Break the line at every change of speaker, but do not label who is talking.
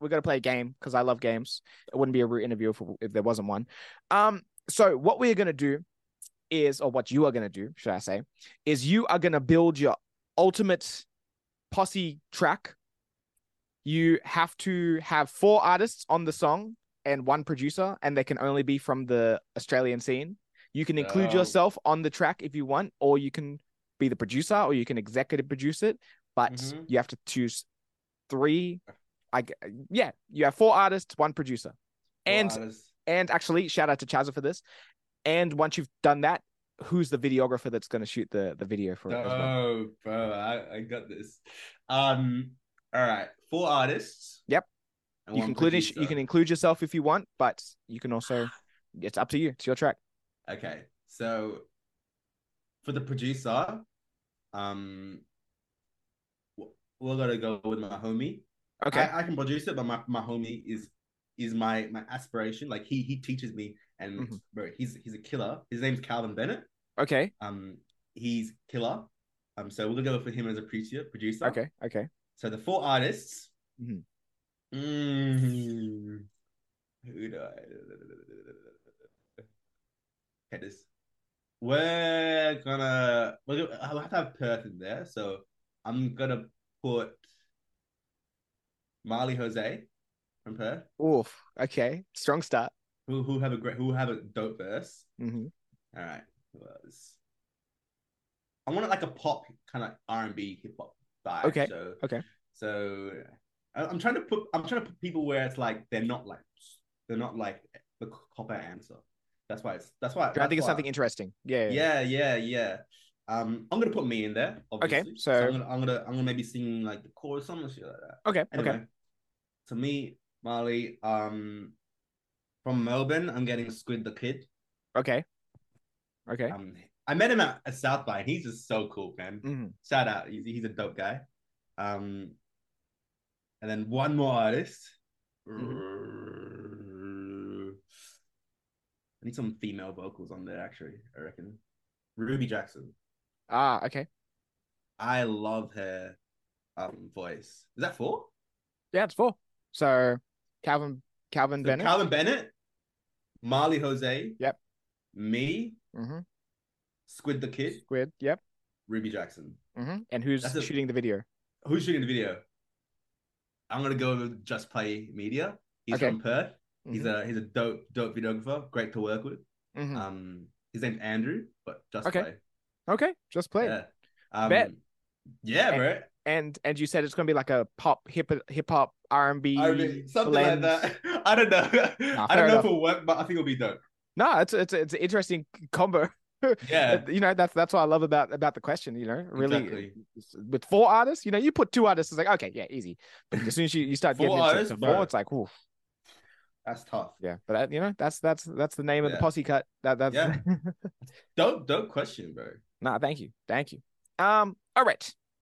we're gonna play a game because I love games. It wouldn't be a root interview if, if there wasn't one. Um, so what we're gonna do is, or what you are gonna do, should I say, is you are gonna build your ultimate posse track. You have to have four artists on the song and one producer, and they can only be from the Australian scene. You can include
Oh.
yourself on the track if you want, or you can be the producer, or you can executive produce it. But
Mhm.
you have to choose three. I g- yeah, you have four artists, one producer, and
Artists.
and actually, shout out to Chazza for this. And once you've done that, who's the videographer that's going to shoot the the video for it? As well?
No, bro, I, I got this. Um, all right, four artists.
Yep.
and
You
one
can include it- you
producer.
can include yourself if you want, but you can also it's up to you. It's your track.
Okay, so for the producer, um, w- we're gonna go with my homie.
Okay.
I, I can produce it, but my, my homie is is my my aspiration. Like he he teaches me, and
Mhm.
bro, he's he's a killer. His name's Calvin Bennett.
okay.
Um, he's killer. Um, so we're gonna go for him as a producer. Producer.
Okay. Okay.
So the four artists.
Mhm.
Mm, who do I? Okay, this. We're gonna. We're gonna. I have to have Perth in there, so I'm gonna put Marley Jose from Perth,
Oof. Okay. Strong start.
who who have a great, who have a dope verse.
hmm
All right, who else? I want it like a pop kind of R and B hip hop vibe.
Okay,
So,
okay.
So I- I'm trying to put I'm trying to put people where it's like they're not like they're not like the copper answer. That's why it's that's why
I think
that's
it's
why-
something interesting. Yeah.
Yeah, yeah, yeah. Um, I'm gonna put me in there. Obviously.
so-
I'm gonna I'm gonna I'm gonna maybe sing like the chorus, some shit like that.
Okay.
Anyway,
Okay.
to me, Marley, um, from Melbourne, I'm getting Squid the Kid.
Okay. Okay.
Um, I met him at, at South by, and he's just so cool, man.
Mhm.
Shout out, he's, he's a dope guy. Um, and then one more artist.
Mm-hmm.
I need some female vocals on there, actually. I reckon Ruby Jackson.
Ah. Okay.
I love her um voice. Is that four?
Yeah. It's four. So Calvin Calvin
So
Bennett.
Calvin Bennett, Marley Jose.
Yep.
Me,
Mhm.
Squid the Kid,
Squid. Yep.
Ruby Jackson.
hmm And who's
That's a-
shooting the video?
Who's shooting the video? I'm gonna go with Just Play Media. He's
Okay. Mm-hmm.
from Perth. He's a he's a dope dope videographer. Great to work with.
Mhm. Mhm.
Um, his name's Andrew, but Just
Okay.
Play.
okay. Just play. it.
Yeah. Um,
Bet.
Yeah,
And-
bro.
and and you said it's gonna be like a pop hip hip hop R and B
I mean, something like that. I don't know. I
fair
don't know
enough.
if it'll work, but I think it'll be dope.
No, it's it's it's an interesting combo.
Yeah.
You know that's that's what I love about about the question. You know, really
Exactly.
it's- with four artists, you know, you put two artists, it's like okay, yeah, easy. But as soon as you, you start
Four
getting into
artists,
to
bro.
four, it's like, ooh,
That's tough.
yeah. But that, you know, that's that's that's the name of the
Yeah.
posse cut. That that's
Dope, dope question, bro.
Nah, thank you. Thank you. Um, all right.